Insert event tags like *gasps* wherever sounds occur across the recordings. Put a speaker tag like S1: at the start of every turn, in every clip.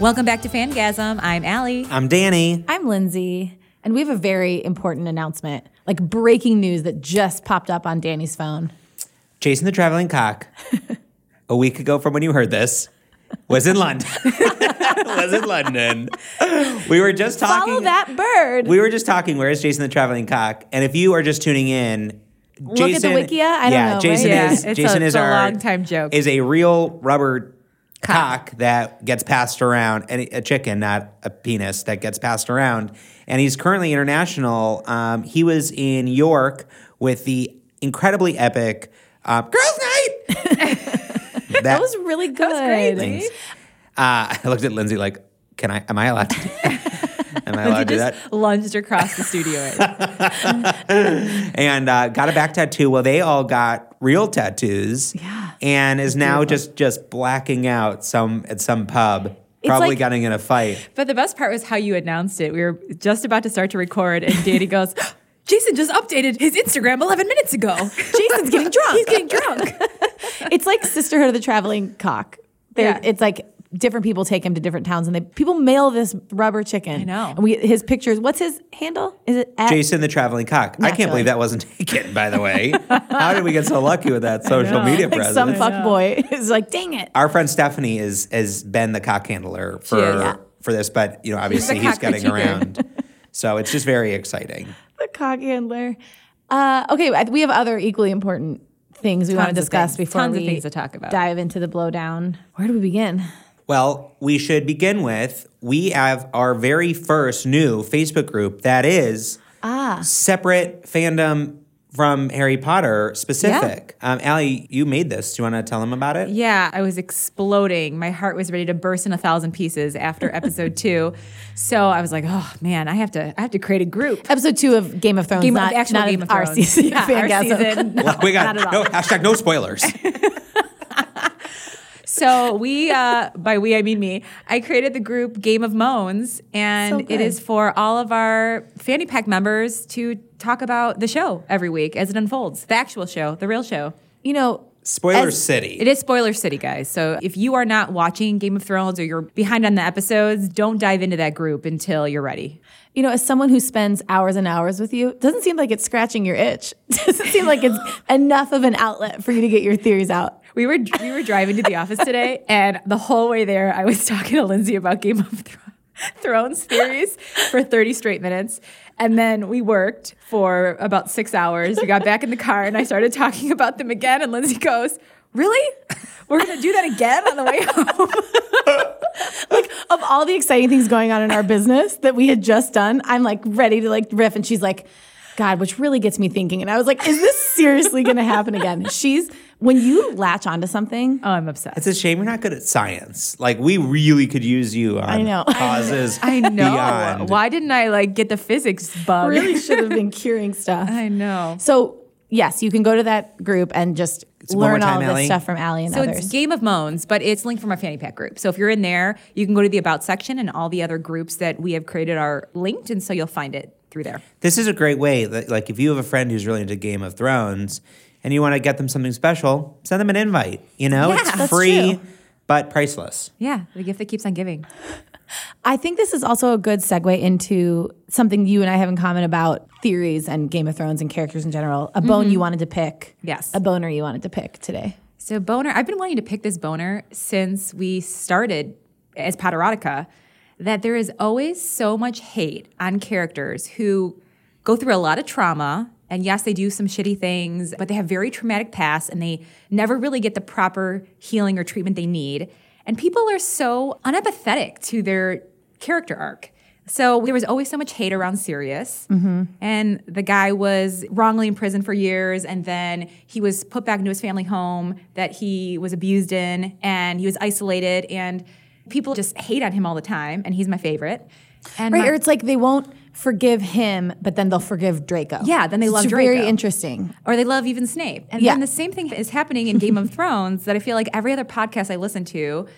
S1: Welcome back to Fangasm. I'm Allie.
S2: I'm Danny.
S3: I'm Lindsay, and we have a very important announcement like breaking news that just popped up on Danny's phone.
S2: Jason the Traveling
S1: *laughs*
S2: Cock, a week ago from when you heard this, was in London. *laughs* was in London. We were just talking.
S3: Follow that bird.
S2: We were just talking. Where is Jason the traveling cock? And if you are just tuning in, Look
S3: at the Wikia? I don't
S2: yeah,
S3: know,
S2: Jason
S3: right?
S1: Yeah,
S2: is
S1: it's
S2: Jason
S1: a-
S2: is
S1: it's a
S2: our
S1: long-time joke.
S2: Is a real rubber cock, that gets passed around, and a chicken, not a penis, that gets passed around. And he's currently international. Um, he was in York with the incredibly epic uh, Girls' Night. that,
S3: that was really good.
S1: great, Lindsay.
S2: things. Uh, *laughs* I looked at Lindsay like, "Can I? Am I allowed to? Do am I allowed to do that?"
S1: Just lunged across the studio.
S3: *laughs*
S1: at-
S2: and uh, got a back tattoo. Well, they all got real tattoos.
S3: Yeah.
S2: And is now just just blacking out some at some pub. Probably
S3: like-
S2: getting in a fight.
S1: but the best part was how you announced it. We were just about to start to record, and Danny goes, *gasps* Jason just updated his Instagram 11 minutes ago.
S3: *laughs* Jason's getting drunk.
S1: *laughs* He's getting drunk.
S3: *laughs* it's like Sisterhood of the Traveling Cock. They're,
S1: Yeah.
S3: It's like different people take him to different towns, and they people mail this rubber chicken. I
S1: know.
S3: And we his pictures. What's his handle? Is it at
S2: Jason the traveling cock. I can't
S3: Naturally.
S2: believe that wasn't *laughs* taken, by the way. How did we get so lucky
S3: *laughs*
S2: with that social media
S3: like
S2: presence?
S3: some fuck boy *laughs* is like, dang it.
S2: Our friend Stephanie is has been the cock handler for
S1: is. Yeah.
S2: for this, but you know, obviously
S1: cock
S2: he's getting
S1: critiquer.
S2: around. So it's just very exciting.
S3: the cock handler. Uh, okay, I- we have other equally important things we want to
S1: Tons of
S3: discuss
S1: things.
S3: before
S1: Tons of
S3: we
S1: things to talk about.
S3: dive into the blowdown. Where do we begin?
S2: Well, we should begin with we have our very first new Facebook group that is
S1: Ah.
S2: separate fandom from Harry Potter specific. Um, Allie, you made this. Do you want to tell them about it?
S1: Yeah, I was exploding. My heart was ready to burst in a thousand pieces after episode two. So I was like, oh man, I have to I have to create a group.
S3: Episode two of Game of Thrones,
S1: Game
S3: not,
S1: of actual
S3: not an
S1: Game of
S3: *laughs*
S1: Thrones.
S3: RCC
S1: Yeah, our
S3: fangasm.
S1: season. No,
S2: we
S1: *laughs*
S2: got
S1: not at all.
S2: no hashtag no
S1: *laughs*
S2: spoilers.
S1: So we uh by we I mean me. I created the group Game of Moans
S3: So
S1: and
S3: good.
S1: it is for all of our fanny pack members to talk about the show every week as it unfolds. The actual show, the real show.
S3: You know,
S2: Spoiler
S3: As-
S2: City.
S1: It is spoiler city, guys. So if you are not watching Game of Thrones or you're behind on the episodes, don't dive into that group until you're ready.
S3: you know, as someone who spends hours and hours with you, it doesn't seem like it's scratching your itch. *laughs* doesn't seem like it's enough of an outlet for you to get your theories out.
S1: We were we were driving to the office today, and the whole way there, I was *laughs* talking to Lindsay about Game of Thro- Thrones theories for thirty straight minutes, and then we worked for about six hours. We got back in the car, and I started talking about them again. And Lindsay goes, "Really? We're gonna do that again on the way home?"
S3: Of all the exciting things going on in our business that we had just done, I'm like ready to like riff. And she's like, God, which really gets me thinking. And I was like, is this seriously going to happen again? She's, when you latch onto something,
S1: Oh, I'm obsessed.
S2: It's a shame you're not good at science. Like we really could use you on I
S3: know.
S2: causes.
S1: *laughs* I know.
S2: Beyond.
S1: Why didn't I like get the physics bug? *laughs*
S3: really should have been curing stuff.
S1: I know.
S3: So, yes, you can go to that group and just
S2: one more
S3: learn all
S2: time,
S3: of this
S2: Allie.
S3: stuff from Allie and
S1: So
S3: others.
S1: it's Game of Moans, but it's linked from our fanny pack group. So if you're in there, you can go to the About section, and all the other groups that we have created are linked, and so you'll find it through there.
S2: This is a great way. That, like if you have a friend who's really into Game of Thrones and you want to get them something special, send them an invite. You know,
S1: Yeah,
S2: it's
S1: that's
S2: free
S3: true.
S2: but priceless.
S1: Yeah, the gift that keeps on giving.
S3: I think this is also a good segue into something you and I have in common about theories and Game of Thrones and characters in general. A bone you wanted to pick.
S1: Mm-hmm. Yes.
S3: A boner you wanted to pick today.
S1: So boner, I've been wanting to pick this boner since we started as Potterotica. That there is always so much hate on characters who go through a lot of trauma. And yes, they do some shitty things, but they have very traumatic pasts and they never really get the proper healing or treatment they need. And people are so unempathetic to their character arc. So there was always so much hate around Sirius.
S3: Mm-hmm.
S1: And the guy was wrongly in prison for years. And then he was put back into his family home that he was abused in. And he was isolated. And People just hate on him all the time, and he's my favorite. And
S3: Right,
S1: my-
S3: or it's like they won't forgive him, but then they'll forgive Draco.
S1: Yeah, then they
S3: it's
S1: love
S3: Very
S1: Draco.
S3: interesting.
S1: or they love even Snape. And
S3: Yeah.
S1: then the same thing is happening
S3: *laughs*
S1: in Game of Thrones that I feel like every other podcast I listen to,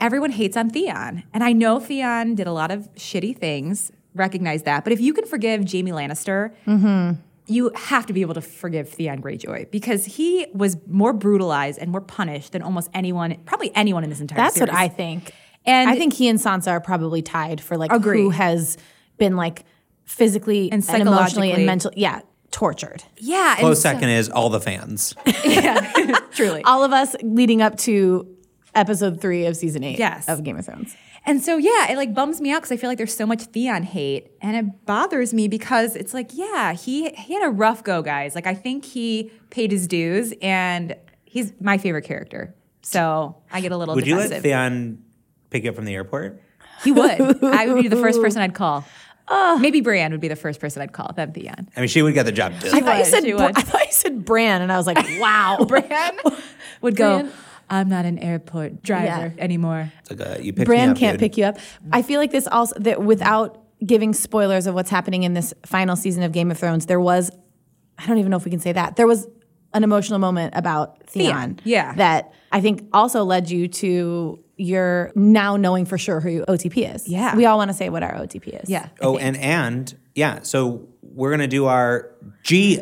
S1: everyone hates on Theon. And I know Theon did a lot of shitty things, recognize that. But if you can forgive Jamie Lannister,
S3: Mm-hmm.
S1: you have to be able to forgive Theon Greyjoy because he was more brutalized and more punished than almost anyone, probably anyone in this entire
S3: That's
S1: series.
S3: what I think.
S1: And-
S3: I think he and Sansa are probably tied for like
S1: Agree.
S3: who has been like physically and, emotionally
S1: psychologically.
S3: and mentally, yeah, tortured.
S1: Yeah. and
S2: Close
S1: so-
S2: second is all the fans.
S1: Yeah, truly.
S3: All of us leading up to episode three of season eight
S1: Yes.
S3: of Game of Thrones.
S1: And so, yeah, it like bums me out because I feel like there's so much Theon hate, and it bothers me because it's like, yeah, he he had a rough go, guys. Like I think he paid his dues, and he's my favorite character. So I get a little
S2: Would you let
S1: defensive.
S2: Theon pick you up from the airport?
S1: he would. I would be
S2: *laughs*
S1: the first person I'd call. Maybe Brienne would be the first person I'd call.
S2: *laughs*
S1: Then Theon.
S2: I mean, she would get the job done.
S3: I thought, you
S1: would,
S3: said
S1: she
S3: Bra-
S1: would.
S3: I thought you said Bran, and I
S1: *laughs*
S3: was like, wow.
S1: Brienne would go.
S3: Brienne-
S1: I'm not an airport driver anymore.
S2: Like, uh, you pick me
S3: Bran
S2: up,
S3: can't
S2: dude.
S3: pick you up. I feel like this also that without giving spoilers of what's happening in this final season of Game of Thrones, there was I don't even know if we can say that. There was an emotional moment about Theon,
S1: Theon, yeah.
S3: that I think also led you to your now knowing for sure who OTP is.
S1: Yeah.
S3: we all want to say what our OTP is.
S2: *laughs*
S1: Yeah.
S2: Oh, and and yeah, so we're gonna do our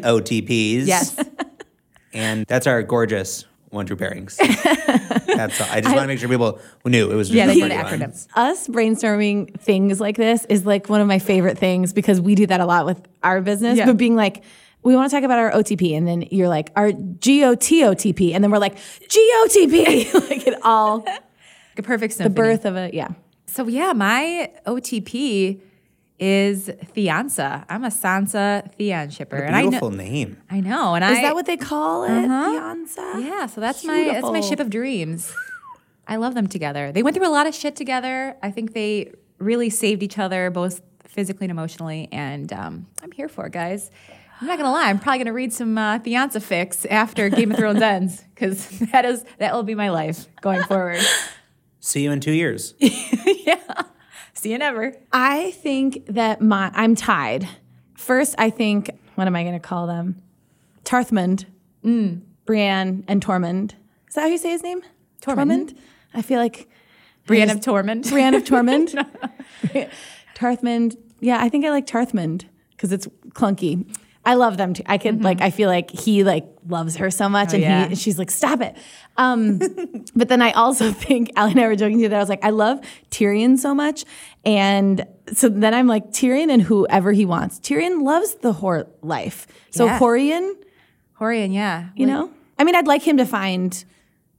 S2: GOTPs.
S1: Yes.
S2: and that's our gorgeous one true pairings. that's all. I just want to make sure people knew it was just
S1: Yeah,
S2: the
S1: they need
S2: pretty one.
S1: acronyms.
S3: us brainstorming things like this is like one of my favorite things because we do that a lot with our business.
S1: Yeah.
S3: But being like, we want to talk about our OTP, and then you're like, our GOTOTP, and then we're like, GOTP, *laughs* like it all
S1: A perfect symphony.
S3: birth of a yeah.
S1: So yeah, my OTP is Fianza. I'm a Sansa Theon shipper, and I
S2: Beautiful
S1: know,
S2: name.
S1: I know, and I Uh-huh.
S3: Is that what they call it, Beyonce?
S1: yeah. So that's my that's my
S3: Beautiful.
S1: ship of dreams. I love them together. They went through a lot of shit together. I think they really saved each other, both physically and emotionally. And um, I'm here for it, guys. I'm not gonna lie. I'm probably gonna read some uh, Fianza fix after Game of Thrones ends because *laughs* that is that will be my life going forward.
S2: See you in two years.
S1: See you never.
S3: I think that my I'm tied. First, I think what am I going to call them? Tarthmund,
S1: Mm.
S3: Brienne, and Tormund. Is that how you say his name?
S1: Tormund.
S3: I feel like
S1: Brienne of Torment.
S3: Brienne of
S1: *laughs*
S3: Tormund. Tarthmund. Yeah, I think I like Tarthmund because it's clunky. I love them too. I could like. I feel like he like loves her so much, and
S1: Mm-hmm. Oh, yeah.
S3: he she's like, stop it. Um, *laughs* but then I also *laughs* think Allie and I were joking together. I was like, I love Tyrion so much, and so then I'm like Tyrion and whoever he wants. Tyrion loves the whore life, so
S1: Yeah.
S3: Horian,
S1: Horian, yeah.
S3: you know. I mean, I'd like him to find,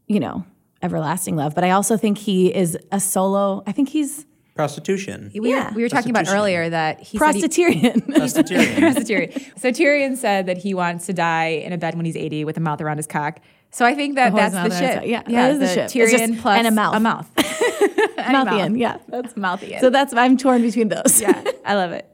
S3: you know, everlasting love, but I also think he is a solo. I think he's
S2: Prostitution.
S1: We,
S3: Yeah.
S1: were, we were talking about
S2: Prostitution.
S1: earlier that he said
S3: prostitution.
S1: he,
S2: Prostitution.
S1: *laughs* prostitution. So Tyrion said that he wants to die in a bed when he's 80 with a mouth around his cock. So I think that
S3: whole
S1: that's
S3: mouth
S1: the
S3: around his
S1: shit.
S3: cock. Yeah, that is the shit. It's just-
S1: Tyrion plus
S3: and a mouth.
S1: A mouth.
S3: *laughs*
S1: And a
S3: Mouthian, yeah.
S1: That's mouthian.
S3: So that's I'm torn between those.
S1: yeah, I love it.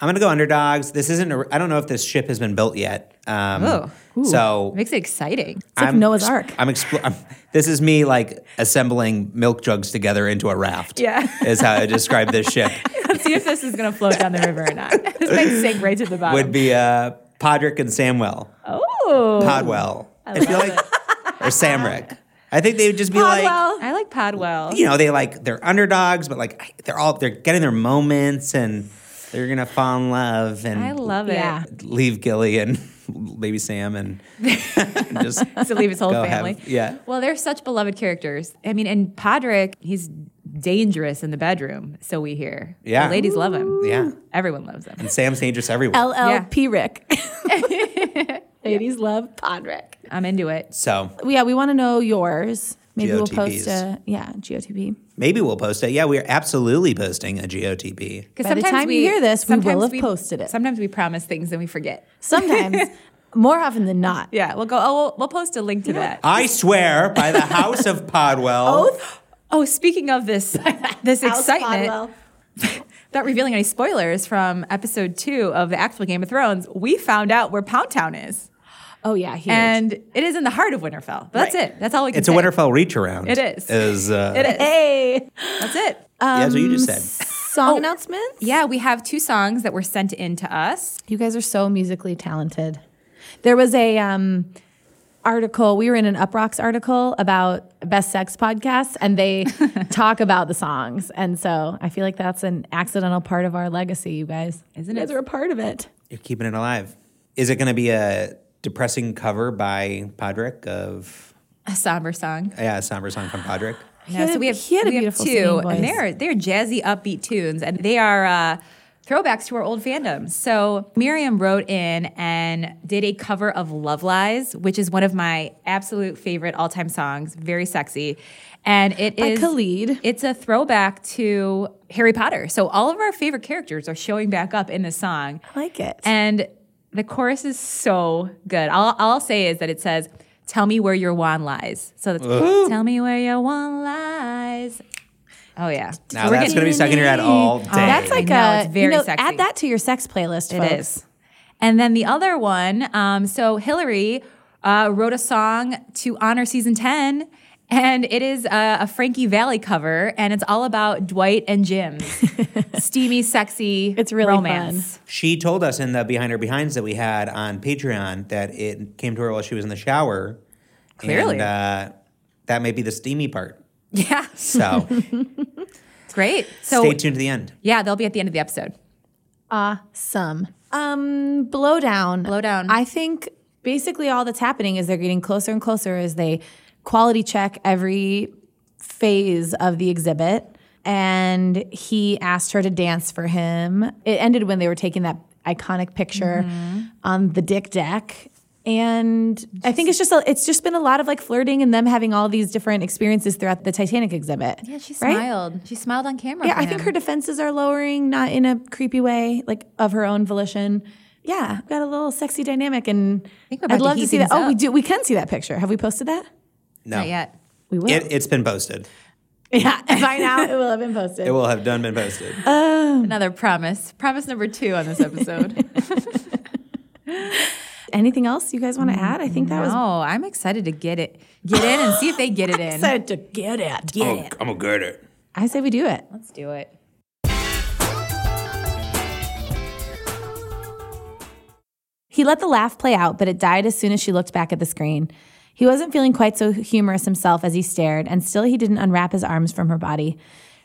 S2: I'm gonna go underdogs. This isn't. A, I don't know if this ship has been built yet. Um,
S1: Oh.
S2: so
S1: Makes it exciting. *laughs*
S3: like Noah's Ark.
S2: I'm, expl- I'm This is me like assembling milk jugs together into a raft.
S1: Yeah.
S2: is how I describe this ship.
S1: *laughs* Let's see if this is going to float down the river
S2: *laughs*
S1: or not. This might sink right to the bottom.
S2: Would be uh, Podrick and Samwell.
S1: oh.
S2: Podwell. I, feel like or Samrick. I think they would just be like.
S3: Podwell.
S1: I like Podwell.
S2: You know, they like they're underdogs, but like they're all they're getting their moments, and they're gonna fall in love. And
S1: I love it.
S3: Yeah.
S2: leave Gilly and *laughs* maybe Sam and just
S1: *laughs* to leave his whole
S2: Go
S1: family.
S2: have- yeah.
S1: Well, they're such beloved characters. I mean, and Podrick, he's dangerous in the bedroom, so we hear.
S2: Yeah.
S1: The ladies love him.
S2: yeah.
S1: Everyone loves him.
S2: Sam's dangerous everywhere.
S3: LLP
S1: *laughs*
S3: Rick. *laughs* Ladies love Pod Rick.
S1: I'm into it.
S2: so
S3: Well, Yeah, we want to know yours. Maybe we'll post
S2: GOTPs.
S3: a yeah GOTP.
S2: maybe we'll post it. Yeah, we're absolutely posting a GOTP.
S1: Because
S3: By the time you hear this, we will have posted it.
S1: Sometimes we promise things and we forget. *laughs*
S3: Sometimes, more often than not.
S1: Yeah, we'll go. Oh, we'll, we'll post a link to that.
S2: I swear by the house of Podwell.
S1: *laughs* Oh, speaking of *laughs* this, this
S3: House
S1: excitement.
S3: Podwell.
S1: Without revealing any spoilers from episode two of the actual Game of Thrones, we found out where Pound Town is.
S3: Oh yeah, huge.
S1: And it is in the heart of Winterfell. But that's it. That's all we can
S2: It's a
S1: say.
S2: Winterfell reach around.
S1: It is.
S2: Is uh,
S1: It is.
S3: hey,
S1: That's it.
S2: Yeah, that's what you just said.
S3: song announcements.
S1: Yeah, we have two songs that were sent in to us.
S3: You guys are so musically talented. There was a um, article. We were in an UpRocks article about best sex podcasts, and *laughs* they talk about the songs. And so I feel like that's an accidental part of our legacy, you guys.
S1: Isn't
S3: you guys
S1: it?
S3: are a part of it.
S2: You're keeping it alive. Is it going to be a depressing cover by Podrick of
S1: A somber song.
S2: yeah, a somber song from Podrick?
S3: He
S1: Yeah,
S3: had
S1: so
S3: a-
S1: we have,
S3: he had a
S1: we have
S3: beautiful
S1: two,
S3: singing voice.
S1: and they're they're jazzy, upbeat tunes, and they are uh, throwbacks to our old fandom. So Miriam wrote in and did a cover of "Love Lies," which is one of my absolute favorite all-time songs. Very sexy, and it is
S3: By Khalid.
S1: It's a throwback to Harry Potter. So all of our favorite characters are showing back up in this song.
S3: I like it.
S1: And the chorus is so good. All, all I'll say is that it says, Tell me where your wand lies. So that's, Tell me where your wand lies. Oh, yeah.
S2: Now that's going to be stuck in your head all day.
S3: That's like
S1: I know,
S3: a
S1: it's very
S3: you know,
S1: sexy.
S3: Add that to your sex playlist,
S1: It
S3: folks.
S1: is. And then the other one, um, so Hillary uh, wrote a song to honor season 10, and it is a, a Frankie Valley cover, and it's all about Dwight
S2: *laughs*
S1: and Jim's steamy, sexy
S3: It's really
S1: romance.
S2: She told us in the behind her behinds that we had on Patreon that it came to her while she was in the shower.
S1: Clearly.
S2: and, uh, that may be the steamy part.
S1: Yeah,
S2: So
S1: it's great. So
S2: stay tuned to the end.
S1: Yeah, they'll be at the end of the episode.
S3: Awesome. Um, blowdown.
S1: Blowdown.
S3: I think basically all that's happening is they're getting closer and closer as they quality check every phase of the exhibit. And he asked her to dance for him. It ended when they were taking that iconic picture
S1: Mm-hmm.
S3: on the dick deck. And I think it's just a, it's just been a lot of like flirting and them having all these different experiences throughout the Titanic exhibit.
S1: Yeah, she
S3: right?
S1: smiled. She smiled on camera.
S3: Yeah,
S1: for
S3: I think
S1: him.
S3: her defenses are lowering, not in a creepy way, like of her own volition. Yeah, we've got a little sexy dynamic, and
S1: think we're about
S3: I'd
S1: to
S3: love to
S1: heat
S3: see that.
S1: things
S3: Oh, we
S1: up.
S3: do. We can see that picture. Have we posted that?
S2: No,
S1: Not yet.
S3: We will.
S2: It, it's been posted.
S3: *laughs* yeah, by now it will have been posted.
S2: It *laughs* will have done been posted.
S1: Another promise. Promise number
S3: *laughs*
S1: two on this episode.
S3: Anything else you guys want to add? I think that was
S1: oh, I'm excited to get it, get in, and see if they get
S3: *laughs*
S1: it in.
S3: said to get it.
S2: I'm a- I'm a girder.
S3: I say we do it.
S1: Let's do it.
S3: He let the laugh play out, but it died as soon as she looked back at the screen. He wasn't feeling quite so humorous himself as he stared, and still he didn't unwrap his arms from her body.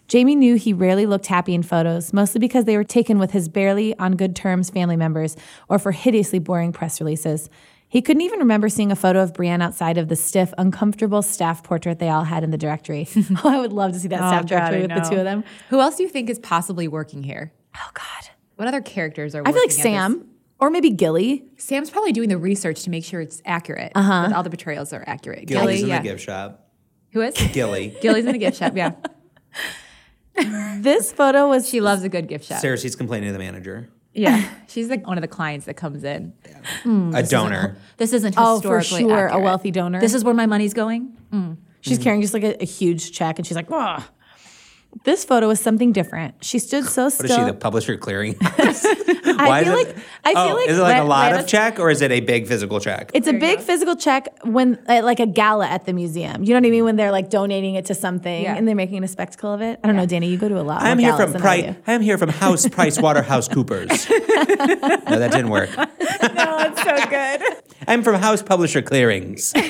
S3: Jamie knew he rarely looked happy in photos, mostly because they were taken with his barely on good terms family members or for hideously boring press releases. He couldn't even remember seeing a photo of Brienne outside of the stiff, uncomfortable staff portrait they all had in the directory. *laughs* oh, I would love to see that staff
S1: God,
S3: directory
S1: I
S3: with the
S1: know.
S3: two of them.
S1: Who else do you think is possibly working here?
S3: Oh, God.
S1: What other characters are?
S3: I feel like Sam or maybe Gilly.
S1: Sam's probably doing the research to make sure it's accurate. Uh-huh. All the betrayals are accurate.
S2: Gilly's in
S1: yeah.
S2: the gift shop.
S1: Who is?
S2: Gilly.
S1: Gilly's in the gift shop.
S2: *laughs*
S1: Yeah,
S3: This photo was
S1: she loves a good gift shop.
S2: Cersei's complaining to the manager.
S1: Yeah, *laughs* she's like one of the clients that comes in.
S2: a donor.
S1: This isn't
S3: Oh, for
S1: historically
S3: sure, a
S1: accurate.
S3: wealthy donor. Hmm.
S1: This is where my money's going.
S3: She's carrying just like a, a huge check, and she's like, "Ugh." This photo is something different. She stood so
S2: What is
S3: still.
S2: she, the *laughs* publisher clearing?
S3: I feel like I feel like
S2: Oh, is it like a
S3: when-
S2: lot
S3: when-
S2: of check or is it a big physical check?
S3: It's a big physical check when at like a gala at the museum. You know what I mean? When they're like donating it to something
S1: Yeah.
S3: and they're making a spectacle of it. I don't know, Danny. You go to a lot.
S2: I'm
S3: more
S2: here
S3: galas
S2: from
S3: than I *laughs*
S2: Price.
S3: do.
S2: I am here from House Price Waterhouse Coopers. no, that didn't work. I'm from House Publisher Clearings.
S3: *laughs*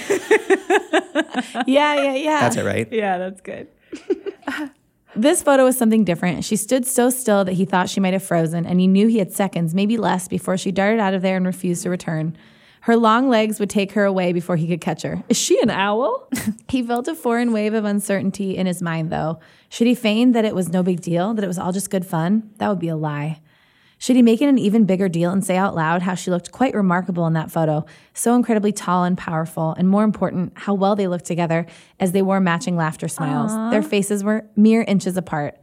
S3: Yeah, yeah, yeah.
S2: That's it, right?
S1: *laughs* Yeah, that's good.
S3: *laughs* This photo was something different. She stood so still that he thought she might have frozen, and he knew he had seconds, maybe less, before she darted out of there and refused to return. Her long legs would take her away before he could catch her. Is she an owl? he felt a foreign wave of uncertainty in his mind, though. Should he feign that it was no big deal, that it was all just good fun? That would be a lie. Should he make it an even bigger deal and say out loud how she looked quite remarkable in that photo? So incredibly tall and powerful, and more important, how well they looked together as they wore matching laughter smiles. Their faces were mere inches apart.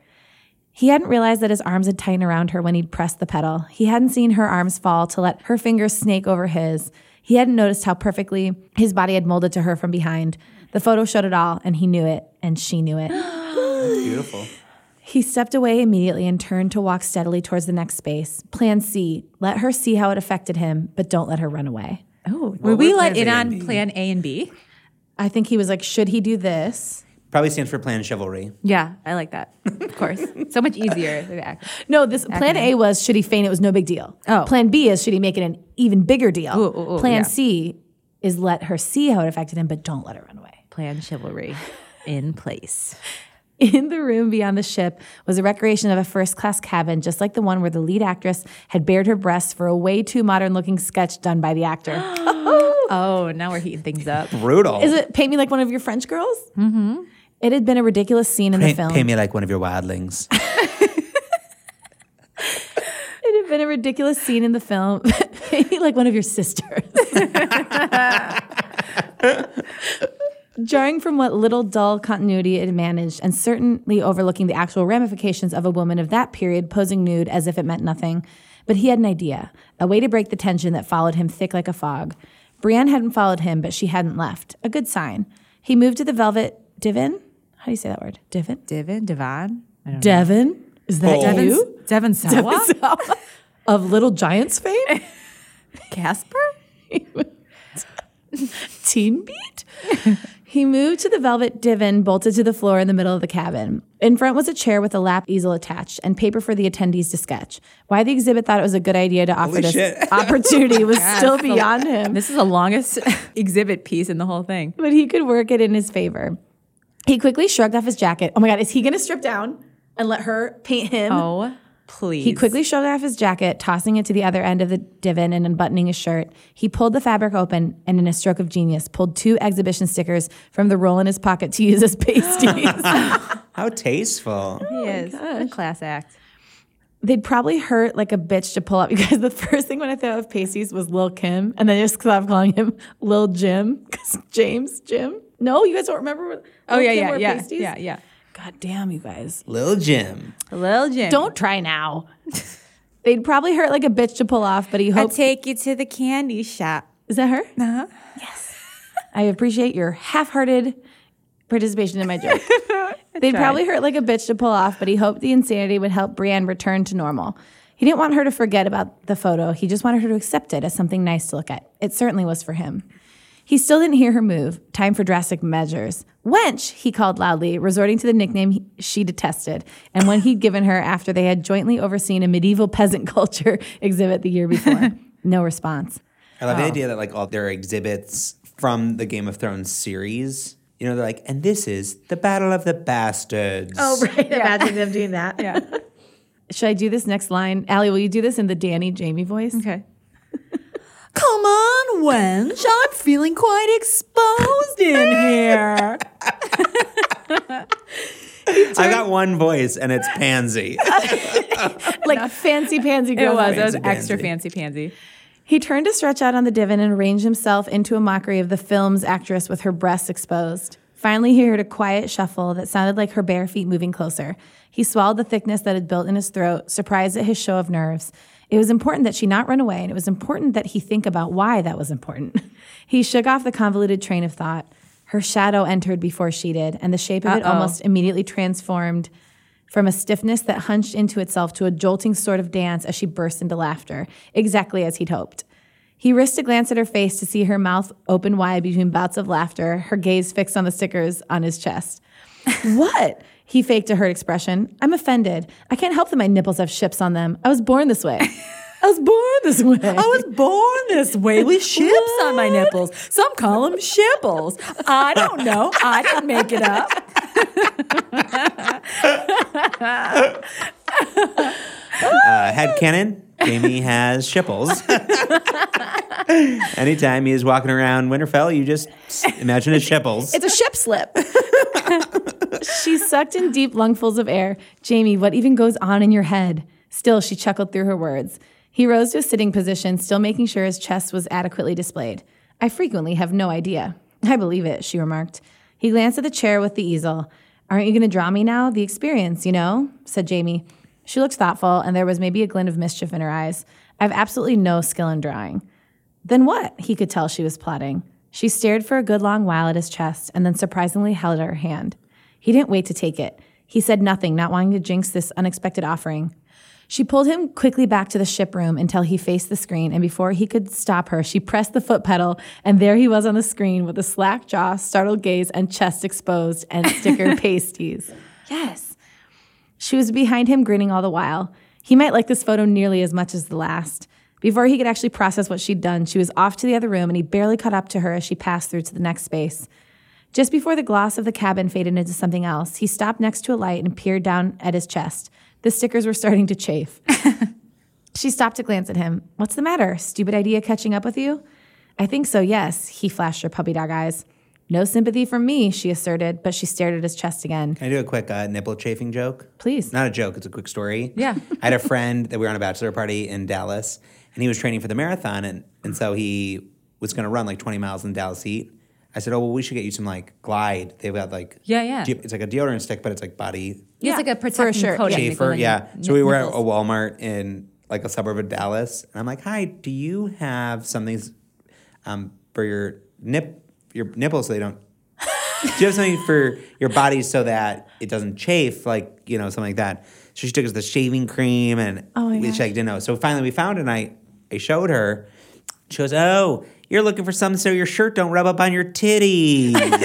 S3: He hadn't realized that his arms had tightened around her when he'd pressed the pedal. He hadn't seen her arms fall to let her fingers snake over his. He hadn't noticed how perfectly his body had molded to her from behind. The photo showed it all, and he knew it, and she knew it.
S2: *laughs* Beautiful.
S3: He stepped away immediately and turned to walk steadily towards the next space. Plan C let her see how it affected him, but don't let her run away. Oh,
S1: Were
S2: What
S1: we
S2: were
S1: let
S2: plans
S1: in
S2: A
S1: on
S2: and B?
S1: plan A and B?
S3: I think he was like, should he do this?
S2: Probably stands for Planned Chivalry.
S1: Yeah, I like that. *laughs* Of course. so much *laughs* easier. than act-
S3: No, this plan A was should he feign it was no big deal.
S1: Oh.
S3: Plan B is should he make it an even bigger deal.
S1: Ooh, ooh, ooh,
S3: plan
S1: yeah.
S3: C is let her see how it affected him, but don't let her run away.
S1: Plan chivalry in place.
S3: *laughs* In the room beyond the ship was a recreation of a first class cabin, just like the one where the lead actress had bared her breasts for a way too modern looking sketch done by the actor. *gasps*
S1: Oh, now we're heating things up.
S2: Brutal.
S3: Is it paint me like one of your French girls? Mm-hmm. It had been a ridiculous scene in the
S2: Pay,
S3: film.
S2: pay me like one of your wildlings.
S3: It had been a ridiculous scene in the film. *laughs* Maybe like one of your sisters. *laughs* Jarring from what little dull continuity it managed, and certainly overlooking the actual ramifications of a woman of that period posing nude as if it meant nothing. But he had an idea, a way to break the tension that followed him thick like a fog. Brienne hadn't followed him, but she hadn't left. A good sign. He moved to the velvet divan. How do you say that word? Divan?
S1: Devin, Devon, I don't
S3: Devon? Is that
S2: Bold.
S3: you?
S1: know. Devin Sawa? *laughs*
S3: of Little Giants fame?
S1: Casper?
S3: Teen Beat? he moved to the velvet divan bolted to the floor in the middle of the cabin. In front was a chair with a lap easel attached and paper for the attendees to sketch. Why the exhibit thought it was a good idea to offer
S2: Holy
S3: this *laughs*
S2: shit.
S3: opportunity
S1: *laughs*
S3: was still
S1: that's a-
S3: beyond him,
S1: This is the longest *laughs* exhibit piece in the whole thing.
S3: but he could work it in his favor. He quickly shrugged off his jacket. Oh my God, is he going to strip down and let her paint him?
S1: Oh, please.
S3: He quickly shoved off his jacket, tossing it to the other end of the divan and unbuttoning his shirt. He pulled the fabric open and, in a stroke of genius, pulled two exhibition stickers from the roll in his pocket to use as *laughs* pasties.
S1: *gasps*
S2: How tasteful.
S1: is. A class act.
S3: They'd probably hurt like a bitch to pull up *laughs* because the first thing when I thought of pasties was Lil Kim, and then I just stopped calling him *laughs* Lil Jim because James Jim. No, you guys don't remember? When
S1: Oh,
S3: Lil
S1: yeah,
S3: Kim
S1: yeah,
S3: wore
S1: yeah,
S3: pasties?
S1: yeah, yeah.
S3: God damn, you guys.
S2: Lil Jim.
S1: Lil Jim.
S3: Don't try now. *laughs* They'd probably hurt like a bitch to pull off, but he
S1: I'll
S3: hoped.
S1: take you to the candy *laughs* shop.
S3: Is that her? Uh-huh. Yes. I appreciate your half-hearted participation in my joke. They'd probably hurt like a bitch to pull off, but he hoped the insanity would help Brienne return to normal. He didn't want her to forget about the photo. He just wanted her to accept it as something nice to look at. It certainly was for him. He still didn't hear her move. Time for drastic measures. Wench, he called loudly, resorting to the nickname he- she detested and one he'd given her after they had jointly overseen a medieval peasant *laughs* culture exhibit the year before. no response.
S2: I love the idea that like all their exhibits from the Game of Thrones series, you know, they're like, and this is the Battle of the Bastards. Oh,
S3: Right. Imagine them doing that.
S1: *laughs* Yeah.
S3: Should I do this next line? Allie, will you do this in the Danny Jamie voice?
S1: Okay. Come on, wench. I'm feeling quite exposed *laughs* in here.
S2: I got one voice and it's
S3: *laughs*
S2: Pansy.
S3: Like fancy pansy
S1: It
S3: girl.
S1: was. That was
S2: Fancy
S1: extra
S2: pansy.
S1: fancy pansy.
S3: He turned to stretch out on the divan and arranged himself into a mockery of the film's actress with her breasts exposed. Finally, he heard a quiet shuffle that sounded like her bare feet moving closer. He swallowed the thickness that had built in his throat, surprised at his show of nerves. It was important that she not run away, and it was important that he think about why that was important. *laughs* he shook off the convoluted train of thought. Her shadow entered before she did, and the shape of it
S1: Uh-oh.
S3: almost immediately transformed from a stiffness that hunched into itself to a jolting sort of dance as she burst into laughter, exactly as he'd hoped. He risked a glance at her face to see her mouth open wide between bouts of laughter, her gaze fixed on the stickers on his chest. what? He faked a hurt expression. I'm offended. I can't help that my nipples have ships on them. I was born this way. I was born this way.
S1: I was born this way with ships on my nipples. Some call them shipples. I don't know. I didn't make it up.
S2: uh, head cannon. Jamie has shipples. *laughs* Anytime he's walking around Winterfell, you just s- imagine his shipples.
S3: It's a ship slip. *laughs* she sucked in deep lungfuls of air. Jamie, what even goes on in your head? Still, she chuckled through her words. He rose to a sitting position, still making sure his chest was adequately displayed. I frequently have no idea. I believe it, she remarked. He glanced at the chair with the easel. Aren't you going to draw me now? The experience, you know? said Jamie. She looked thoughtful, and there was maybe a glint of mischief in her eyes. I've absolutely no skill in drawing. Then what? He could tell she was plotting. She stared for a good long while at his chest and then surprisingly held out her hand. He didn't wait to take it. He said nothing, not wanting to jinx this unexpected offering. She pulled him quickly back to the ship room until he faced the screen, and before he could stop her, she pressed the foot pedal, and there he was on the screen with a slack jaw, startled gaze, and chest exposed, and sticker pasties. Yes. She was behind him, grinning all the while. He might like this photo nearly as much as the last. Before he could actually process what she'd done, she was off to the other room, and he barely caught up to her as she passed through to the next space. Just before the gloss of the cabin faded into something else, he stopped next to a light and peered down at his chest. The stickers were starting to chafe. she stopped to glance at him. What's the matter? Stupid idea catching up with you? I think so, yes, he flashed her puppy dog eyes. No sympathy from me, she asserted, but she stared at his chest again.
S2: Can I do a quick uh, nipple chafing joke?
S3: Please.
S2: Not a joke, it's a quick story.
S1: Yeah.
S2: *laughs* I had a friend that we were on a bachelor party in Dallas, and he was training for the marathon, and, and so he was going to run like 20 miles in Dallas heat. I said, Oh, well, we should get you some like glide. They've got like,
S1: Yeah, yeah.
S2: de- it's like a deodorant stick, but it's like body
S1: He
S3: Yeah,
S1: has like a
S3: for
S1: protective
S3: sure.
S1: coating. they call
S2: Schaefer,
S1: it
S2: yeah.
S1: nip-
S2: So we were at a
S1: nipples.
S2: Walmart in like a suburb of Dallas, and I'm like, "Hi, do you have something um, for your nip your nipples so they don't? *laughs* do you have something for your body so that it doesn't chafe, like you know, something like that?" So she took us the shaving cream, and
S3: Oh my
S2: we
S3: gosh.
S2: checked didn't know. So finally, we found it, and I I showed her. She goes, "Oh, you're looking for something so your shirt don't rub up on your
S3: *laughs*
S2: titties."
S3: Oh,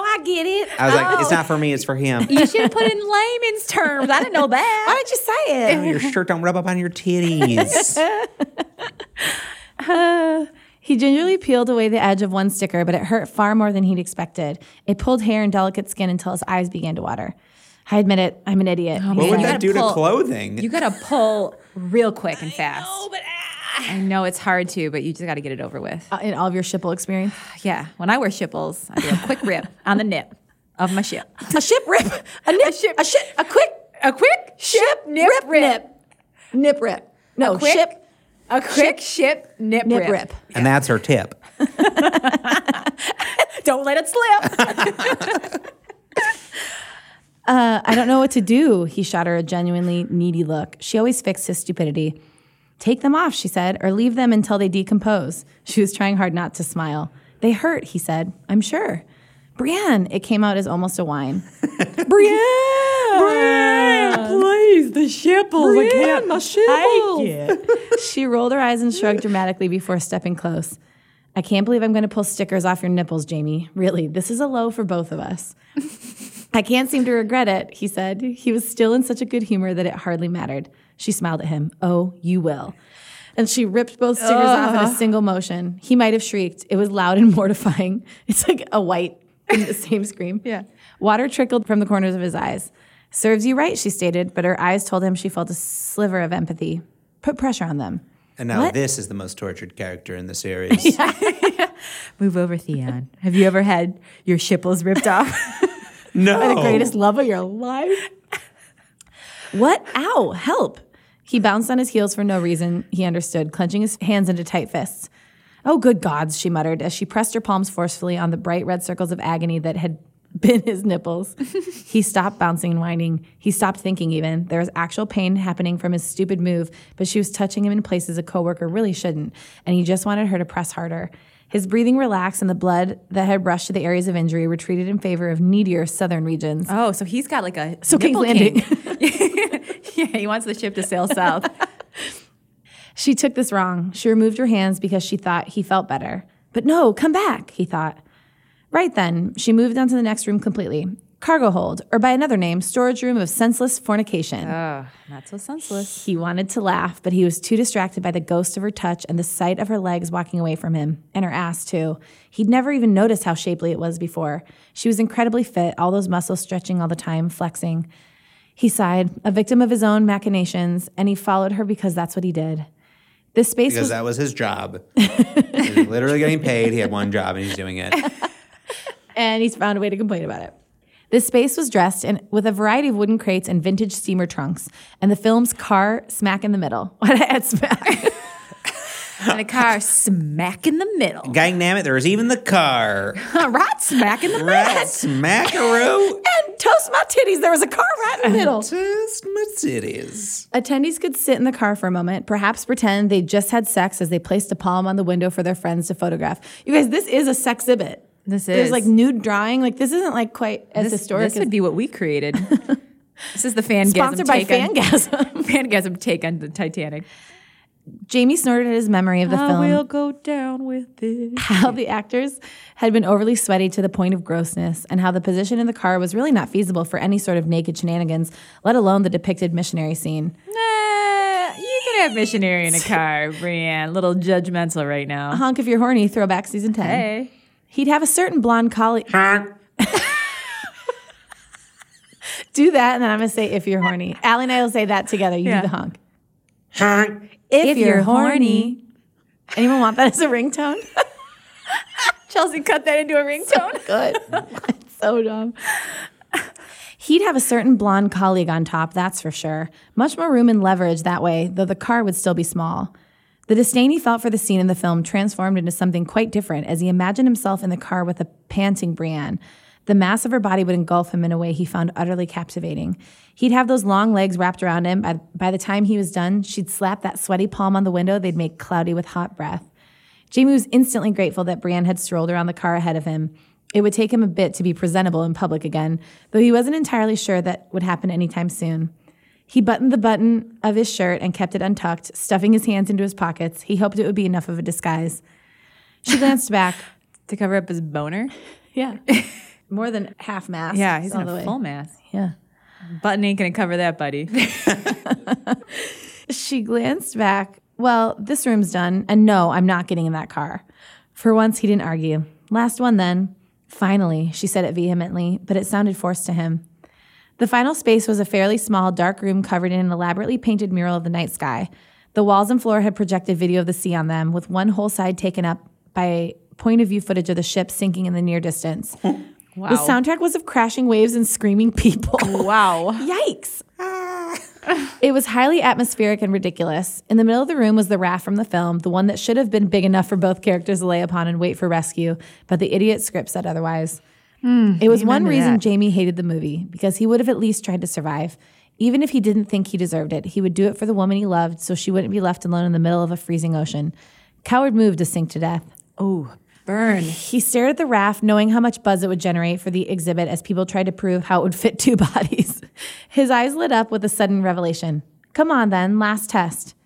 S3: I get it.
S2: I was like,
S3: Oh.
S2: "It's not for me; it's for him."
S1: Oh.
S3: *laughs*
S1: You should have put it in layman's terms. I didn't know
S3: Why
S1: that.
S3: did you say it?
S2: Oh, your shirt don't rub up on your titties.
S3: He gingerly peeled away the edge of one sticker, but it hurt far more than he'd expected. It pulled hair and delicate skin until his eyes began to water. I admit it, I'm an idiot. he
S2: What
S1: Yeah,
S3: said.
S2: would
S1: you
S2: that
S1: gotta
S2: do to
S1: pull-
S2: clothing?
S1: You gotta pull real quick and fast. I know, but
S3: ah.
S1: I know it's hard to, but you just gotta get it over with.
S3: in all of your shipple experience?
S1: Yeah, when I wear shipples, I do a quick rip on the nip of my ship.
S3: *laughs* a ship rip, a nip, a, ship, a, ship, a quick,
S1: A quick ship nip
S3: rip, nip, nip rip. No,
S1: quick
S3: ship,
S1: A quick ship nip,
S3: nip rip.
S2: And that's her
S1: *laughs*
S2: tip.
S1: Don't let it slip.
S3: *laughs* Uh, I don't know what to do. He shot her a genuinely needy look. She always fixed his stupidity. Take them off, she said, or leave them until they decompose. She was trying hard not to smile. They hurt, he said. I'm sure. Brienne, it came out as almost a whine. Brienne!
S1: Please, the shipples.
S3: I can't she rolled her eyes and shrugged dramatically before stepping close. I can't believe I'm going to pull stickers off your nipples, Jamie. Really, this is a low for both of us. I can't seem to regret it, he said. He was still in such a good humor that it hardly mattered. She smiled at him. Oh, you will. And she ripped both stickers off in a single motion. He might have shrieked. It was loud and *laughs* mortifying. It's like a white in the *laughs* same scream.
S1: Yeah.
S3: Water trickled from the corners of his eyes. Serves you right, she stated, but her eyes told him she felt a sliver of empathy. Put pressure on them.
S2: And now
S3: What?
S2: this is the most tortured character in the
S1: *laughs*
S2: series.
S1: Move over, Theon. Have you ever had your shipples ripped off? Oh.
S2: No.
S3: the *laughs*
S1: *laughs*
S3: greatest love of your life. what? Ow, help. He bounced on his heels for no reason. He understood, clenching his hands into tight fists. Oh, good gods, she muttered as she pressed her palms forcefully on the bright red circles of agony that had *laughs* been his nipples. he stopped bouncing and whining. He stopped thinking, even. There was actual pain happening from his stupid move, but she was touching him in places a coworker really shouldn't, and he just wanted her to press harder. His breathing relaxed, and the blood that had rushed to the areas of injury retreated in favor of needier southern regions.
S1: Oh, so he's got like a
S3: So King's
S1: nipple
S3: Landing.
S1: king. *laughs* yeah, he wants the ship to sail south.
S3: *laughs* She took this wrong. She removed her hands because she thought he felt better. But no, come back, he thought. Right then, she moved on to the next room completely cargo hold, or by another name, storage room of senseless fornication.
S1: Not so senseless.
S3: He wanted to laugh, but he was too distracted by the ghost of her touch and the sight of her legs walking away from him, and her ass, too. He'd never even noticed how shapely it was before. She was incredibly fit, all those muscles stretching all the time, flexing. He sighed, a victim of his own machinations, and he followed her because that's what he did. This space
S2: Because
S3: was
S2: that was his
S1: *laughs*
S2: job. he was literally getting paid. He had one job and he's doing
S1: *laughs*
S2: it.
S3: and he's found a way to complain about it. This space was dressed in, with a variety of wooden crates and vintage steamer trunks, and the film's car smack in the middle. *laughs* Why did I add smack?
S1: And a car smack in the
S3: *laughs*
S1: middle.
S2: Gang damn it, there was even the car.
S1: right smack in the
S2: Rat smackaroo.
S3: and toast my titties. There was a car right in the middle.
S2: Just my titties.
S3: Attendees could sit in the car for a moment, perhaps pretend they just had sex as they placed a palm on the window for their friends to photograph. You guys, this is a sexhibit.
S1: This
S3: There's
S1: is.
S3: like nude drawing. Like this isn't like quite as
S1: This,
S3: historic *laughs*
S1: this would
S3: as
S1: be what we created. this is the fan *laughs*
S3: sponsored by Fangasm.
S1: Fangasm take on the Titanic.
S3: Jamie snorted at his memory of the film.
S1: I will go down with it.
S3: how the actors had been overly sweaty to the point of grossness, and how the position in the car was really not feasible for any sort of naked shenanigans, let alone the depicted missionary scene.
S1: Nah, you can have missionary *laughs* in a car, Brienne. Little judgmental right now.
S3: Honk if you're horny, throwback season 10.
S1: Hey.
S3: He'd have a certain blonde colleague do that, and then I'm going to say, if you're *laughs* horny. Allie and I will say that together. You
S1: Yeah.
S3: do the honk. If, you're, horny. Anyone want that as a *laughs* ringtone?
S1: Chelsea cut that into a
S3: *laughs*
S1: ringtone.
S3: good. It's so dumb. He'd have a certain blonde colleague on top, that's for sure. Much more room and leverage that way, though the car would still be small. The disdain he felt for the scene in the film transformed into something quite different as he imagined himself in the car with a panting Brienne. The mass of her body would engulf him in a way he found utterly captivating. He'd have those long legs wrapped around him. By, by the time he was done, she'd slap that sweaty palm on the window they'd make cloudy with hot breath. Jamie was instantly grateful that Brienne had strolled around the car ahead of him. It would take him a bit to be presentable in public again, though he wasn't entirely sure that would happen anytime soon. He buttoned the button of his shirt and kept it untucked, stuffing his hands into his pockets. He hoped it would be enough of a disguise. She glanced
S1: *laughs*
S3: back.
S1: to cover up his boner.
S3: Yeah. *laughs* More than half mask.
S1: Yeah, he's
S3: all
S1: in
S3: the
S1: a
S3: way.
S1: full mask.
S3: Yeah.
S1: Button ain't gonna cover that, *laughs* buddy.
S3: She glanced back. Well, this room's done, and no, I'm not getting in that car. For once, he didn't argue. Last one, then. Finally, she said it vehemently, but it sounded forced to him. The final space was a fairly small, dark room covered in an elaborately painted mural of the night sky. The walls and floor had projected video of the sea on them, with one whole side taken up by point of view footage of the ship sinking in the near distance.
S1: Wow.
S3: The soundtrack was of crashing waves and screaming people.
S1: wow.
S3: Yikes. it was highly atmospheric and ridiculous. In the middle of the room was the raft from the film, the one that should have been big enough for both characters to lay upon and wait for rescue, but the idiot script said otherwise. it was one
S1: to
S3: reason
S1: that.
S3: Jamie hated the movie, because he would have at least tried to survive. Even if he didn't think he deserved it, he would do it for the woman he loved so she wouldn't be left alone in the middle of a freezing ocean. Coward move to sink to death.
S1: Oh, burn.
S3: He stared at the raft, knowing how much buzz it would generate for the exhibit as people tried to prove how it would fit *laughs* two bodies. His eyes lit up with a sudden revelation. Come on, then, last test.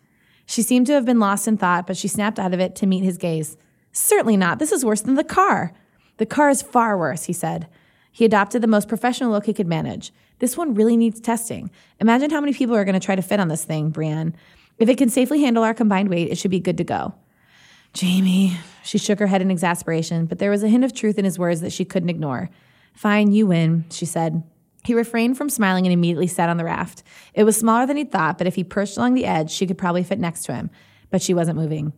S3: She seemed to have been lost in thought, but she snapped out of it to meet his gaze. Certainly not. This is worse than the car. The car is far worse, he said. He adopted the most professional look he could manage. This one really needs testing. Imagine how many people are going to try to fit on this thing, Brienne. If it can safely handle our combined weight, it should be good to go. Jamie. She shook her head in exasperation, but there was a hint of truth in his words that she couldn't ignore. Fine, you win, she said. He refrained from smiling and immediately sat on the raft. It was smaller than he'd thought, but if he perched along the edge, she could probably fit next to him. But she wasn't moving.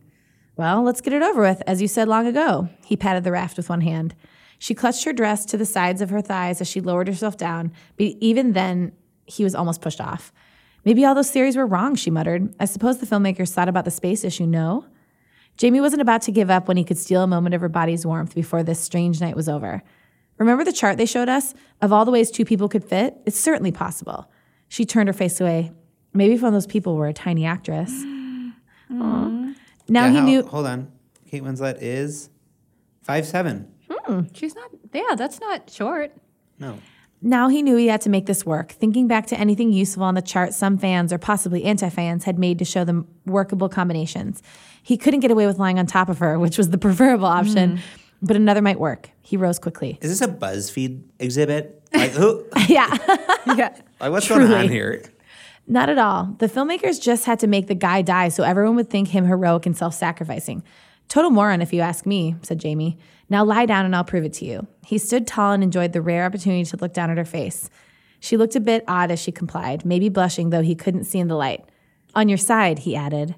S3: Well, let's get it over with, as you said long ago. He patted the raft with one hand. She clutched her dress to the sides of her thighs as she lowered herself down, but even then, he was almost pushed off. Maybe all those theories were wrong, she muttered. I suppose the filmmakers thought about the space issue, no? Jamie wasn't about to give up when he could steal a moment of her body's warmth before this strange night was over. Remember the chart they showed us of all the ways two people could fit? It's certainly possible. She turned her face away. Maybe if one of those people were a tiny actress. *gasps* Aw. Now
S2: Yeah,
S3: he
S2: how-
S3: knew.
S2: Hold on. Kate Winslet is five seven.
S1: Hmm, She's not. Yeah, that's not short.
S2: No.
S3: Now he knew he had to make this work, thinking back to anything useful on the chart some fans or possibly anti fans had made to show them workable combinations. He couldn't get away with lying on top of her, which was the preferable option, but another might work. He rose quickly. *laughs*
S2: Is this a BuzzFeed exhibit? Like who?
S3: yeah.
S1: *laughs* Yeah.
S2: Like what's
S3: Truly.
S2: going on here?
S3: Not at all. The filmmakers just had to make the guy die so everyone would think him heroic and self sacrificing. Total moron, if you ask me, said Jamie. Now lie down and I'll prove it to you. He stood tall and enjoyed the rare opportunity to look down at her face. She looked a bit odd as she complied, maybe blushing, though he couldn't see in the light. On your side, he added.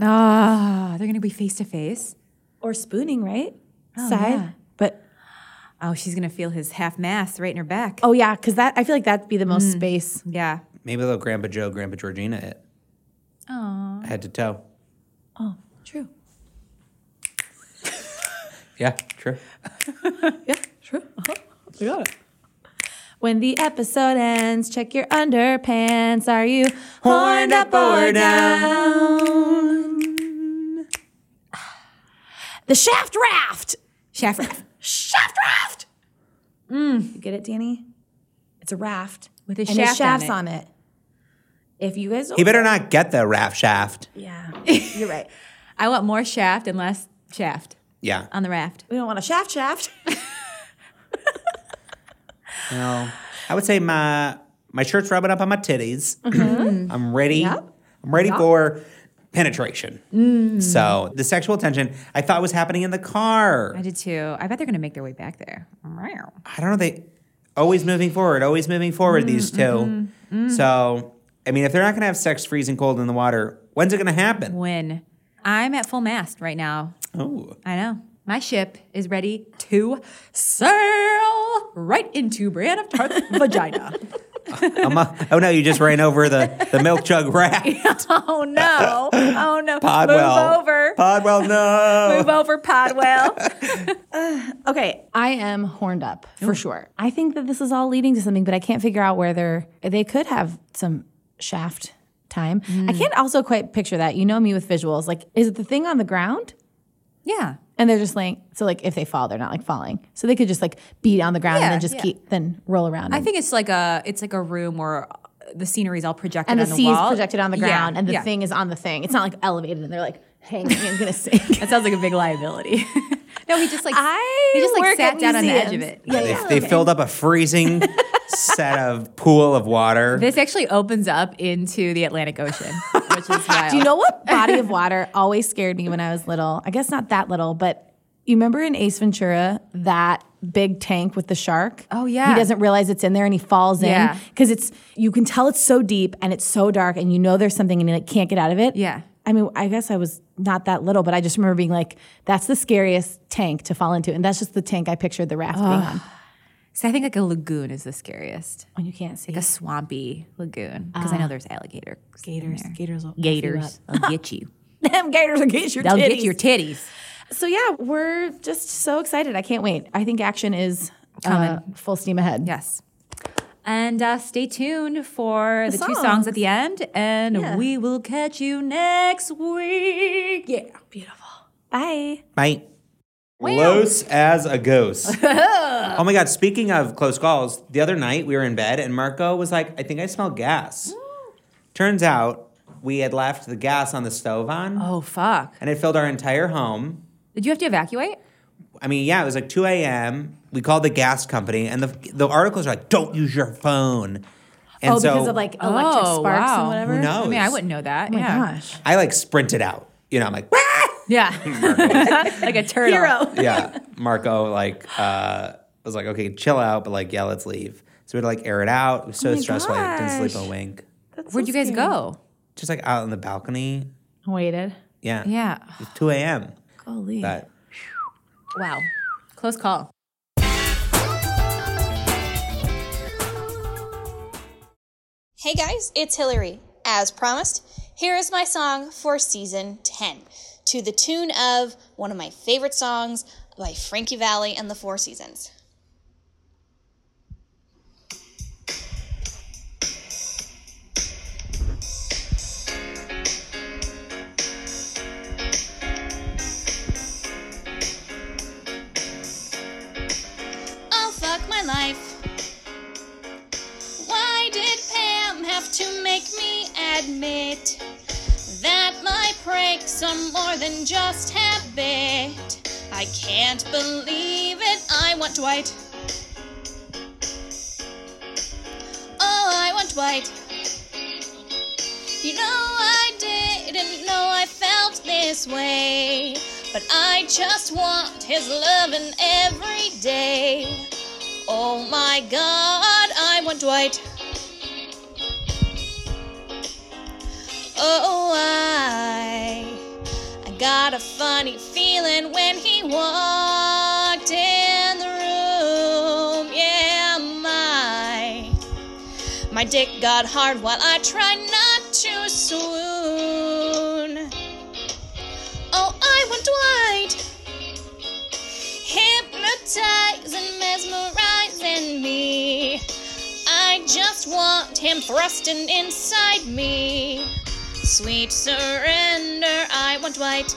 S1: Ah, they're gonna be face to face.
S3: Or spooning, right? side?
S1: yeah.
S3: But
S1: Oh, she's gonna feel his half mass right in her back.
S3: oh yeah, because that I feel like that'd be the most space.
S1: Yeah.
S2: Maybe they'll Grandpa Joe, Grandpa Georgina it. Aww. Head to toe.
S3: True.
S2: Yeah, true.
S3: Yeah, true. Uh-huh. I got it. When the episode ends, check your underpants. Are you horned up or down? *sighs* The shaft raft.
S1: Shaft
S3: Shaft raft. You get it, Danny? It's a raft
S1: With a
S3: and
S1: shaft
S3: it
S1: on
S3: shafts
S1: it.
S3: on it. If you guys don't
S2: He better not get the raft shaft.
S3: *laughs* Yeah. You're right.
S1: *laughs* I want more shaft and less shaft
S2: Yeah.
S1: on the raft.
S3: We don't want a shaft shaft.
S2: Well, I would say my my shirt's rubbing up on my titties. *clears throat* I'm ready. I'm ready for penetration. So the sexual tension I thought was happening in the car.
S1: I did too. I bet they're going to make their way back there. Meow.
S2: I don't know. They always moving forward, always moving forward.
S1: Mm,
S2: these 2
S1: mm-hmm,
S2: So, I mean, if they're not going to have sex freezing cold in the water, when's it going to happen?
S1: When I'm at full mast right now.
S2: Oh,
S1: I know. My ship is ready to sail right into Brienne of Tarth's vagina. *laughs*
S2: I'm a- oh no! You just ran over the the milk jug
S1: *laughs*
S2: raft.
S1: Oh no. Oh no.
S2: Podwell,
S1: Move over.
S2: Podwell, no.
S1: Move over, Podwell.
S3: Okay, I am horned up for sure. I think that this is all leading to something, but I can't figure out where they're. They could have some shaft time. I
S1: Mm.
S3: can't also quite picture that. You know me with visuals. Like, is it the thing on the ground?
S1: yeah.
S3: And they're just laying. So, like, if they fall, they're not like falling. So they could just like beat on the ground and
S1: Yeah,
S3: then just
S1: yeah.
S3: keep then roll around.
S1: I think it's like a it's like a room where the scenery's all projected
S3: and the
S1: on the,
S3: sea is
S1: wall.
S3: projected on the
S1: Yeah,
S3: ground, and the
S1: yeah.
S3: thing is on the thing. It's not like elevated, and they're like hanging and gonna *laughs* sink.
S1: That sounds like a big liability. no, he just like
S3: *laughs* I
S1: he just like
S3: work
S1: sat
S3: at
S1: down on the edge of
S3: museums.
S1: it.
S3: Yeah,
S2: They,
S3: yeah.
S2: they filled up a
S1: *laughs*
S2: freezing set of pool of water.
S1: This actually opens up into the Atlantic Ocean, which is
S3: *laughs*
S1: wild.
S3: Do you know
S1: *laughs*
S3: what body of water always scared me when I was little? I guess not that little, but you remember in Ace Ventura that big tank with the shark?
S1: Oh, yeah.
S3: He doesn't realize it's in there and he falls
S1: Yeah.
S3: in because it's you can tell it's so deep and it's so dark and you know there's something and you like can't get out of it.
S1: Yeah.
S3: I mean, I guess I was not that little, but I just remember being like, that's the scariest tank to fall into. And that's just the tank I pictured the raft being on
S1: So I think like a lagoon is the scariest,
S3: when you can't see.
S1: like a swampy lagoon, because I know there's alligator
S3: Ah. gators. Gators will
S1: Gators, they'll get you.
S3: Them *laughs* gators will get your
S1: They'll
S3: titties.
S1: get your titties.
S3: So yeah, we're just so excited. I can't wait. I think action is uh, full steam ahead.
S1: Yes. And uh, stay tuned for the, two songs
S3: songs.
S1: at the end, and we will catch you next week. Yeah.
S3: Beautiful. Bye.
S2: Bye. Close as a ghost.
S3: *laughs*
S2: oh my God. Speaking of close calls, the other night we were in bed and Marco was like, I think I
S3: *gasps*
S2: smell gas. Turns out we had left the gas on the stove on
S1: Oh fuck!
S2: and it filled our entire home.
S1: Did you have to evacuate?
S2: I mean, yeah, it was like 2 a.m. We called the gas company and the, the articles are like, don't use your phone. And
S3: oh,
S2: so
S3: because of like electric
S1: Oh,
S3: sparks
S1: wow.
S3: and whatever.
S2: Who knows?
S1: I mean, I wouldn't know that.
S3: Oh my
S1: yeah.
S3: gosh.
S2: I like sprinted out. You know, I'm like,
S3: *laughs*
S2: "Ah!"
S1: *laughs* Yeah. like a turtle.
S3: Hero.
S2: yeah, Marco like uh, was like, okay, chill out, but like, yeah, let's leave. So we had to like air it out. It was so
S3: Oh my
S2: stressful. I didn't sleep a
S3: gosh.
S2: wink.
S1: Where'd you guys go?
S2: Just like out on the balcony.
S3: Waited.
S2: Yeah.
S1: Yeah.
S2: It's 2 a.m.
S3: Holy.
S2: But
S1: Wow. Close call.
S4: Hey guys, it's Hillary. As promised, here is my song for season 10 to the tune of one of my favorite songs by Frankie Valley and the Four Seasons. Oh, fuck my life. Why did Pam have to make me admit that my pranks are more than just habit? I can't believe it. I want Dwight. Oh, I want Dwight. You know, I didn't know I felt this way, but I just want his loving every day. Oh my god, I want Dwight. Oh, I, I got a funny feeling when he walked in the room. Yeah, my, my dick got hard while I tried not to swoon. Oh, I want Dwight hypnotizing, mesmerizing me. I just want him thrusting inside me. Sweet surrender, I want white.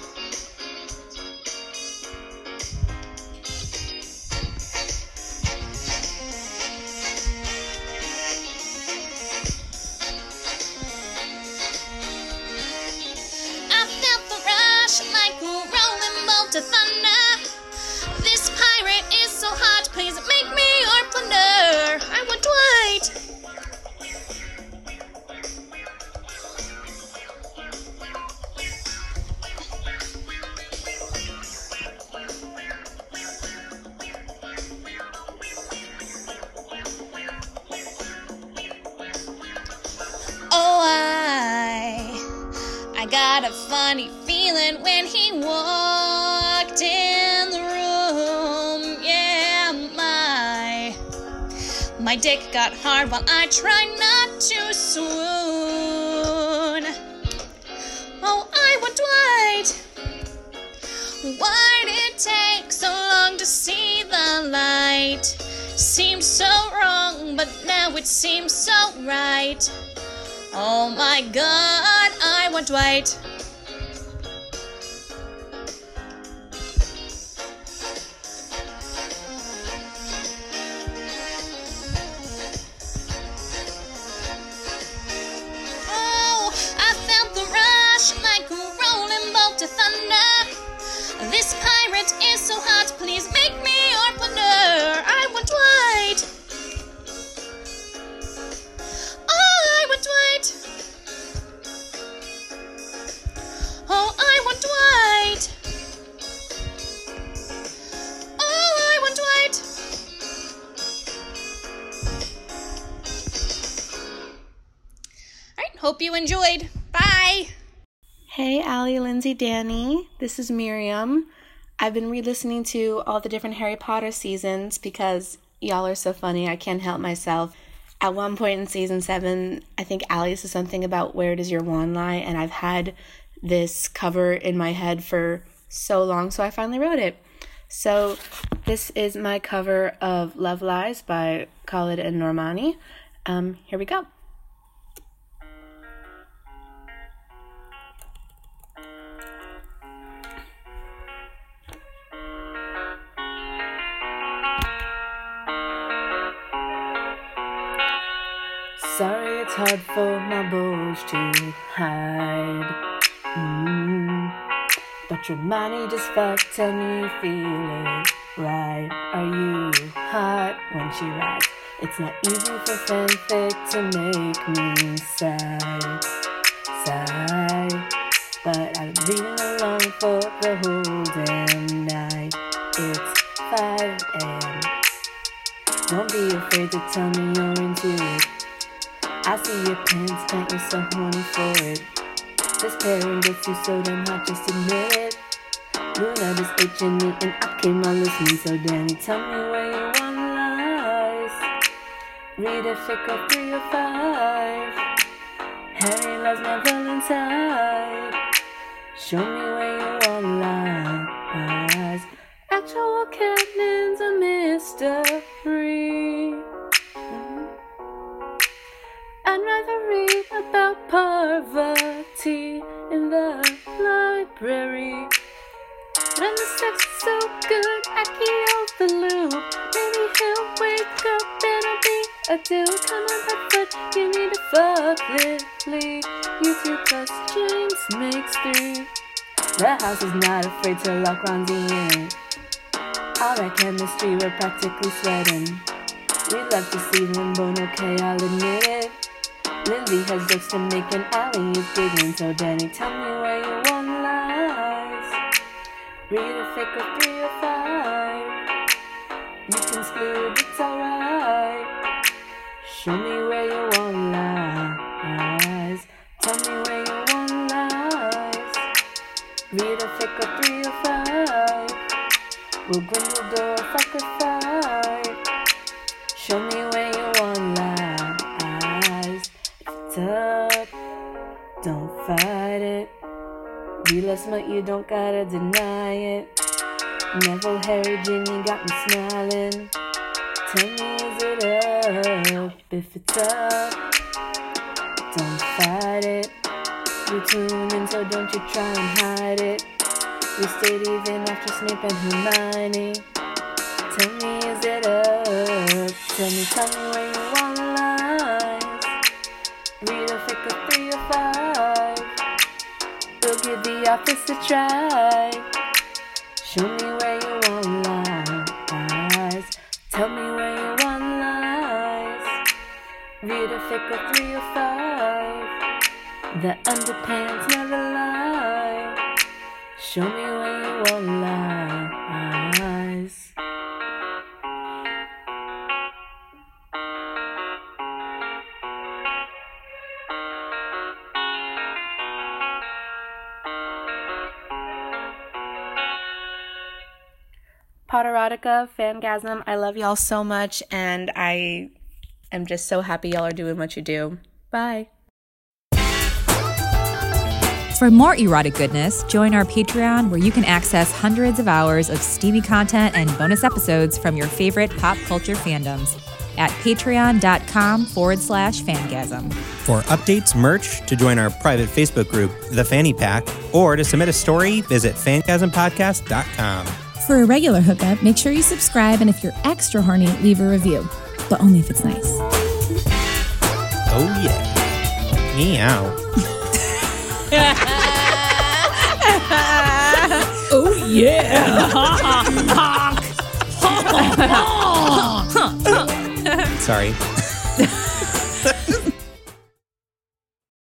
S4: Oh, got a funny feeling when he walked in the room. Yeah, my. My dick got hard while I tried not to swoon. Oh, I went wide. Why'd it take so long to see the light? Seemed so wrong, but now it seems so right. Oh my god, I went white. Oh, I felt the rush like a rolling bolt of thunder. This pirate is so hot, please make me your partner. I want white. Oh, I want white. Oh, I want white. Oh, I want white. All right, hope you enjoyed. Bye.
S5: Hey, Allie, Lindsay, Danny. This is Miriam. I've been re listening to all the different Harry Potter seasons because y'all are so funny. I can't help myself. At one point in season seven, I think Allie says something about where does your wand lie, and I've had this cover in my head for so long, so I finally wrote it. So, this is my cover of Love Lies by Khalid and Normani. Um, here we go. Sorry, it's hard for my bulge to hide. Mm. But your money just fucked, tell me you feel it right. Are you hot when she rides? It's not easy for fanfic to make me sigh, sigh. But I've been reading along for the whole damn night. It's 5 a.m. Don't be afraid to tell me you're into it. I see your pants, can't you so horny for it? This pairing gets you so damn hot, just admit it. Luna just itching me, and I came on listening. So Danny, tell me where you want lies. Read a fic of three or five. Harry loves my Valentine. Show me where you want lies. Actual cannons a mystery. I'd rather read about poverty in the library. When the sex is so good, I key off the loop. Maybe he'll wake up and I'll be a dude. Come on, Bigfoot, you need to fuck Lily. You two plus James makes three. The house is not afraid to lock Ronzi in. All that chemistry, we're practically sweating. We love to see Limbo, okay, I'll admit it. Lindsay has jokes to make an alley is giggling, so Danny, tell me where you want lies. Read a fic of three or five. You can split, it's alright. Show me where you want lies. Tell me where you want lies. Read a fic of three or five. We'll Grindelwald or fuck or fight. Show me where you want lies. If it's up, don't fight it. Realize what you don't gotta deny it. Neville, Harry, Ginny got me smiling. Tell me, is it up? If it's up, don't fight it. You tune in, so don't you try and hide it. We stayed even after Snape and Hermione. Tell me, is it up? Tell me, tell me where you want lies. Read a fic of three or five. We'll give the office a try. Show me where you want lies. Tell me where you want lies. Read a fic of three or five. The underpants never lie. Show me where you want lies. Potterotica, Fangasm. I love y'all so much, and I am just so happy y'all are doing what you do. Bye.
S1: For more erotic goodness, join our Patreon where you can access hundreds of hours of steamy content and bonus episodes from your favorite pop culture fandoms at patreon.com forward slash fangasm.
S2: For updates, merch, to join our private Facebook group, The Fanny Pack, or to submit a story, visit phantasmpodcast.com.
S6: For a regular hookup, make sure you subscribe and if you're extra horny, leave a review, but only if it's nice.
S2: Oh, yeah. Meow. *laughs* oh, yeah. Sorry.